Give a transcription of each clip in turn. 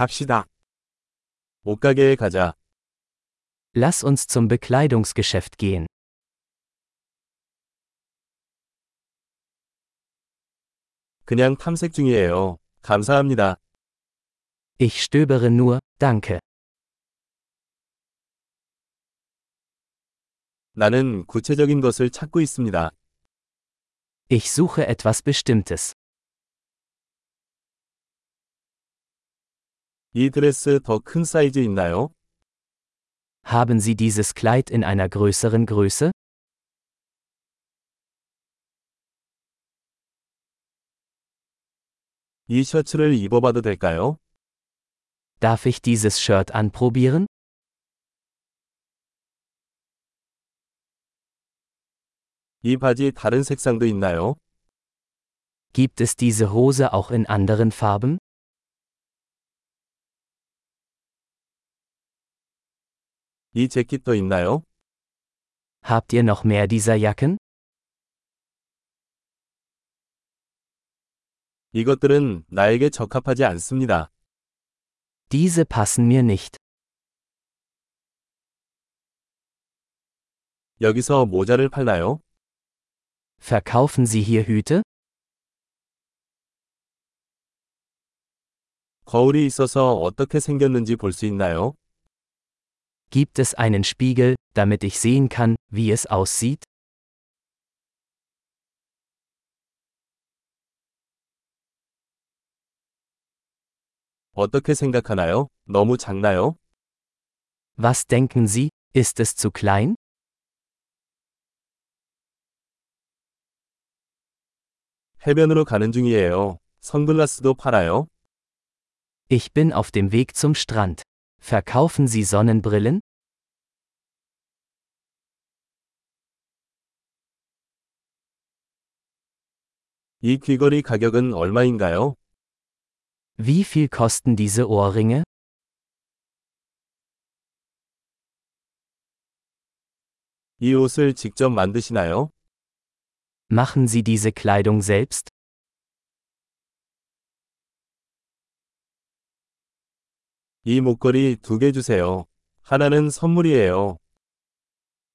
갑시다. 옷가게에 가자. Lass uns zum Bekleidungsgeschäft gehen. 그냥 탐색 중이에요. 감사합니다. Ich stöbere nur, danke. 나는 구체적인 것을 찾고 있습니다. Ich suche etwas Bestimmtes. 이 드레스 더 큰 사이즈 있나요? Haben Sie dieses Kleid in einer größeren Größe? 이 셔츠를 입어봐도 될까요? Darf ich dieses Shirt anprobieren? 이 바지 다른 색상도 있나요? Gibt es diese Hose auch in anderen Farben? 이 재킷도 있나요? Habt ihr noch mehr dieser Jacken? 이것들은 나에게 적합하지 않습니다. Diese passen mir nicht. 여기서 모자를 팔나요? Verkaufen Sie hier Hüte? 거울이 있어서 어떻게 생겼는지 볼 수 있나요? Gibt es einen Spiegel, damit ich sehen kann, wie es aussieht? 어떻게 생각하나요? 너무 작나요? Was denken Sie, ist es zu klein? 해변으로 가는 중이에요. 선글라스도 팔아요? Ich bin auf dem Weg zum Strand. Verkaufen Sie Sonnenbrillen? 이 귀걸이 가격은 얼마인가요? Wie viel kosten diese Ohrringe? 이 옷을 직접 만드시나요? Machen Sie diese Kleidung selbst? 이 목걸이 두 개 주세요. 하나는 선물이에요.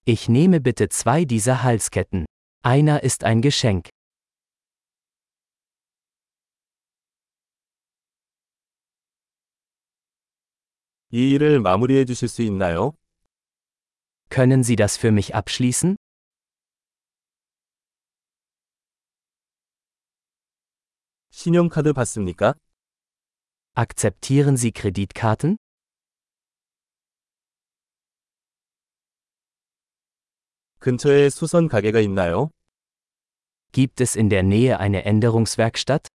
Ich nehme bitte zwei dieser Halsketten. Einer ist ein Geschenk. 이 일을 마무리해 주실 수 있나요? Können Sie das für mich abschließen? 신용카드 받습니까? Akzeptieren Sie Kreditkarten? 근처에 수선 가게가 있나요? Gibt es in der Nähe eine Änderungswerkstatt?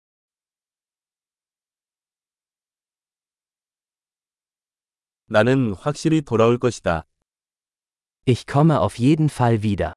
나는 확실히 돌아올 것이다. Ich komme auf jeden Fall wieder.